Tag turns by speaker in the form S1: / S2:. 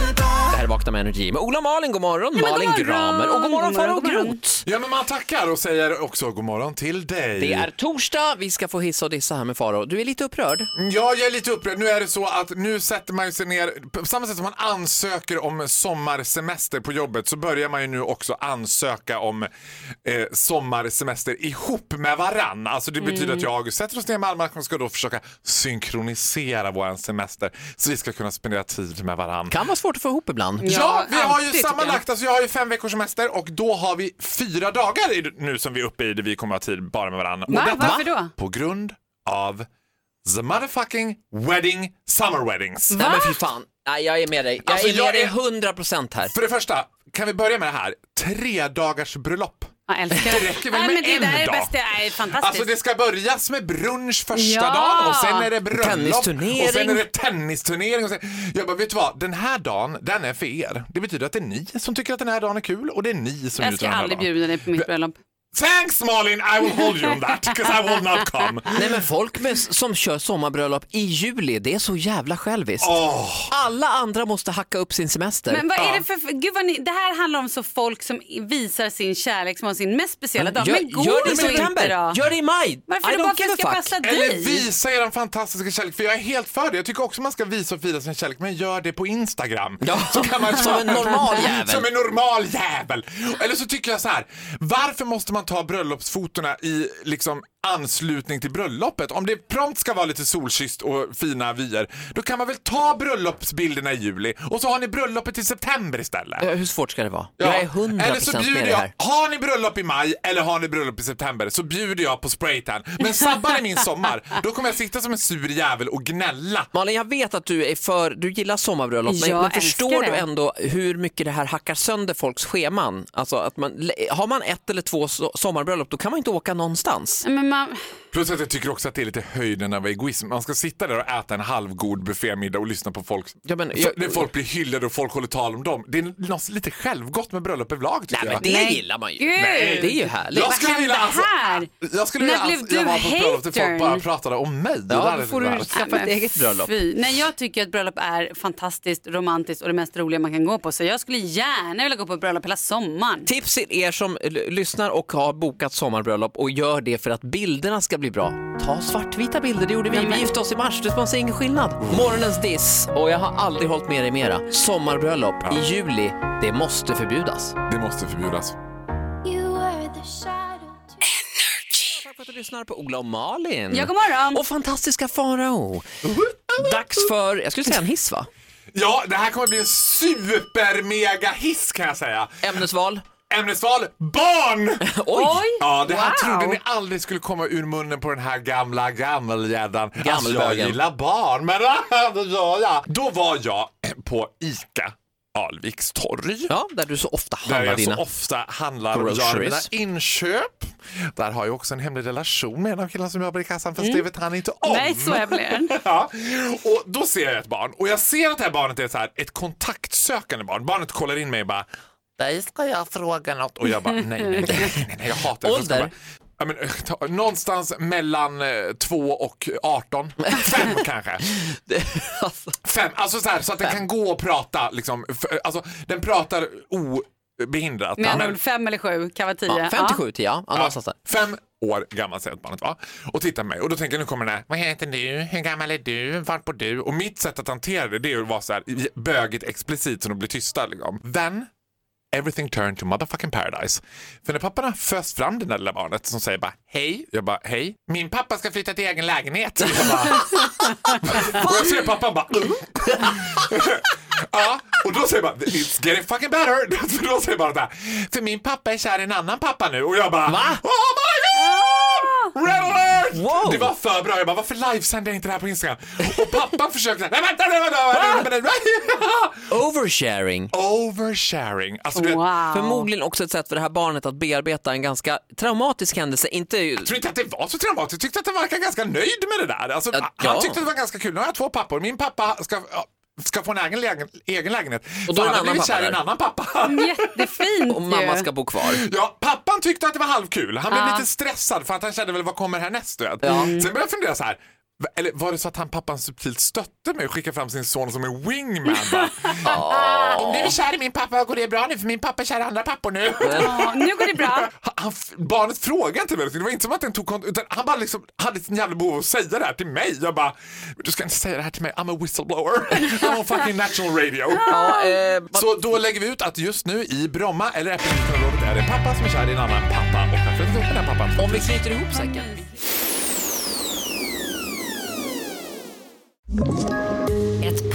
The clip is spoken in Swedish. S1: här Vakna med Energy med Ola Malin, god morgon,
S2: men
S1: Malin
S2: god morgon.
S1: Gramer och god morgon
S2: God morgon,
S1: Farao
S2: god morgon.
S1: Groth.
S3: Ja, men man tackar och säger också god morgon till dig.
S1: Det är torsdag, vi ska få hissa och dissa här med Farao. Du är lite upprörd.
S3: Ja, jag är lite upprörd. Nu är det så att nu sätter man ju sig ner, på samma sätt som man ansöker om sommarsemester på jobbet så börjar man ju nu också ansöka om eh, sommarsemester ihop med varann. Alltså det betyder
S1: Mm.
S3: att jag sätter oss ner med almanackan och ska då försöka synkronisera vår semester så vi ska kunna spendera tid med varann.
S1: Kan vara svårt att få ihop ibland.
S3: Ja, vi har ju
S2: alltid, tycker
S3: sammanlagt, alltså jag har ju fem veckors semester och då har vi fyra dagar i, nu som vi är uppe i där vi kommer ha tid bara med varandra.
S2: Va?
S3: Och detta
S2: Varför då?
S3: På grund av the motherfucking wedding summer weddings.
S1: Nej men fy fan, Nej, jag är med dig. Jag
S3: Alltså,
S1: är med
S3: jag
S1: dig
S3: är-
S1: 100% här.
S3: För det första, kan vi börja med det här? Tre dagars bröllop.
S2: Jag älskar
S3: Det räcker väl
S2: Nej,
S3: med
S2: men det
S3: en
S2: där är
S3: dag?
S2: bäst. Det är fantastiskt.
S3: Alltså det ska börjas med brunch första
S2: Ja.
S3: dagen och sen är det bröllop
S1: Tennisturnering.
S3: och sen är det tennisturnering. Och sen... Jag bara, vet du vad? Den här dagen, den är för er. Det betyder att det är ni som tycker att den här dagen är kul och det är ni som
S2: jag
S3: njuter
S2: ska
S3: av den här
S2: aldrig
S3: dagen.
S2: bjuda dig på mitt bröllop.
S3: Thanks Malin, I will hold you on that, because I will not come.
S1: Nej men folk med, som kör sommarbröllop i juli, det är så jävla själviskt.
S3: Åh,
S1: Alla andra måste hacka upp sin semester.
S2: Men vad är det för... Gud vad ni, det här handlar om så folk som visar sin kärlek som har sin mest speciella dag.
S1: gör,
S2: Men går
S1: gör det i
S2: så
S1: september,
S2: inte då?
S1: gör det i maj.
S2: Varför
S1: I
S2: då?
S1: don't
S2: Bara för
S1: give
S2: att
S1: a
S2: jag ska
S1: fuck.
S2: passa
S3: eller
S2: dig?
S3: visa er fantastiska kärlek, för jag är helt för det. Jag tycker också man ska visa och fira sin kärlek, men gör det på Instagram.
S1: Ja,
S3: så kan man
S1: som en normal jävel.
S3: Som en normal jävel. Eller så tycker jag så här, varför måste man ta bröllopsfotona i liksom anslutning till bröllopet? Om det prompt ska vara lite solkysst och fina vyer, då kan man väl ta bröllopsbilderna i juli och så har ni bröllopet i september istället.
S1: Ja, Eh, Hur svårt ska det vara?
S3: Ja.
S1: Jag är 100%
S3: Eller så
S1: med
S3: bjuder
S1: det
S3: jag,
S1: här.
S3: har ni bröllop i maj eller har ni bröllop i september så bjuder jag på spraytan. Men sabbar ni min sommar, då kommer jag sitta som en sur jävel och gnälla.
S1: Malin, jag vet att du är för, du gillar sommarbröllop, men,
S2: Jag
S1: men
S2: älskar
S1: förstår
S2: det.
S1: du ändå hur mycket det här hackar sönder folks scheman? Alltså att man, har man ett eller två so- sommarbröllop, då kan man inte åka någonstans.
S2: Men man,
S3: Plus att jag tycker också att det är lite höjden av egoism. Man ska sitta där och äta en halvgod buffémiddag och lyssna på folk.
S1: Ja, men jag-
S3: När folk blir hyllade och folk håller tal om dem. Det är något lite självgott med bröllop överlag tycker
S1: Nej, men
S3: jag.
S1: det
S2: Nej,
S1: gillar man ju.
S2: gud.
S1: Nej, det är ju härligt.
S3: Jag
S2: Vad
S3: skulle vilja
S2: hände
S3: alltså,
S2: här?
S3: jag skulle
S2: När
S3: vilja
S2: blev
S3: alltså, jag
S2: du
S3: var på bröllop där
S2: hatern?
S3: folk bara pratade om mig. Det
S1: Ja,
S3: där
S1: då
S3: är
S1: får du
S3: så där.
S1: skaffa ett
S2: men
S1: eget bröllop.
S2: Fy. Nej, jag tycker att bröllop är fantastiskt, romantiskt och det mest roliga man kan gå på. Så jag skulle gärna vilja gå på bröllop hela sommaren.
S1: Tips till er som l- lyssnar och har bokat sommarbröllop och gör det för att bilderna ska bli bra. Ta svartvita bilder, det gjorde vi. Vi gifte oss i mars, det- man ser ingen skillnad. Morgonens diss, och jag har aldrig hållit med dig mera. Sommarbröllop i juli, det måste förbjudas.
S3: Det måste förbjudas.
S4: You were the shadow. to-
S1: Tack för att du lyssnar på Ola och Malin.
S2: Ja, god morgon.
S1: Och fantastiska Farao. Dags för, jag skulle säga en hiss va?
S3: Ja, det här kommer bli en super-mega-hiss kan jag säga.
S1: Ämnesval.
S3: Ämnesval barn!
S1: Oj!
S3: Ja, det här
S2: Wow.
S3: trodde ni aldrig skulle komma ur munnen på den här gamla gammelgäddan. Alltså, jag
S1: Gammelbögen.
S3: gillar barn, men det gör jag. Då var jag på ICA Alviks torg.
S1: Ja, där du så ofta
S3: Där
S1: handlar
S3: jag
S1: dina.
S3: så ofta handlar och
S1: groceries.
S3: gör mina inköp. Där har jag också en hemlig relation med en av killarna som jobbar i kassan fast det vet han inte om.
S2: Mm. Nej, så jag blir.
S3: Ja. Och då ser jag ett barn och jag ser att det här barnet är så här, ett kontaktsökande barn. Barnet kollar in mig och bara Dig ska jag fråga något. Och jag bara nej, nej, nej, nej, nej jag hatar det. Så ska jag
S1: Ålder?
S3: bara, Ja, men, eh, ta- någonstans mellan 2 och 18. 5 kanske.
S1: Alltså,
S3: Fem. Alltså så, här, så att den kan gå och prata. Liksom, F- alltså, den pratar obehindrat.
S2: Med andra
S3: Men-
S2: ord fem eller sju, kan vara tio.
S1: ja, 57 till ja. ja.
S3: Ja,
S1: någonstans där.
S3: Fem år gammal säger barnet va? Och tittar på mig och då tänker jag nu kommer den här, vad heter du, hur gammal är du, vart bor du? Och mitt sätt att hantera det, det är att vara så här i- bögigt explicit så de blir tysta liksom. Then everything turned to motherfucking paradise. För när pappan har föst fram det där lilla barnet som säger bara hej, jag bara hej, min pappa ska flytta till egen lägenhet. Jag bara, och jag ser pappan bara "Mm." Ja, och då säger jag bara it's getting fucking better. För då säger jag bara så här, för min pappa är kär i en annan pappa nu och jag bara
S1: Va?
S3: Oh my god! Red alert!
S1: Wow.
S3: Det var för bra. Jag bara varför livesände jag inte det här på Instagram? Och pappan försökte så här, nej vänta, nej, vänta, vänta, vänta.
S1: Oversharing.
S3: Oversharing. Alltså, du vet,
S2: Wow.
S1: Förmodligen också ett sätt för det här barnet att bearbeta en ganska traumatisk händelse. Inte ju-
S3: Jag tror inte att det var så traumatiskt. Jag tyckte att han verkade ganska nöjd med det där. Alltså,
S1: Ja, ja.
S3: Han tyckte att det var ganska kul. Nu har jag två pappor. Min pappa ska, ja, ska få en egen, lägen, egen lägenhet.
S1: Och då är
S3: Fan,
S1: en
S3: han
S1: annan
S3: har blivit
S1: pappa
S3: kär i
S1: där.
S3: en annan pappa.
S2: Jättefint
S1: och mamma
S2: ju.
S1: ska bo kvar.
S3: Ja, pappan tyckte att det var halvkul. Han blev
S2: Ja.
S3: lite stressad för att han kände väl vad kommer härnäst du vet. Sen började jag fundera så här. Va- Eller var det så att han pappan subtilt stötte mig och skickade fram sin son som en wingman? Bara, Om du är kär i min pappa går det bra nu för min pappa är kär i andra pappor nu.
S2: Ja, nu går det bra.
S3: Han- Han, f- barnet frågade inte mig, det var inte som att den tog kont- utan han bara liksom hade ett jävla behov av att säga det här till mig. Jag bara, du ska inte säga det här till mig, I'm a whistleblower. I'm on fucking national radio.
S1: Ja, eh, vad-
S3: Så då lägger vi ut att just nu i Bromma eller Äppelviksområdet är det en pappa som är kär i en annan pappa och han flyttar ihop med den pappan.
S1: om vi knyter ihop säcken.
S5: Ett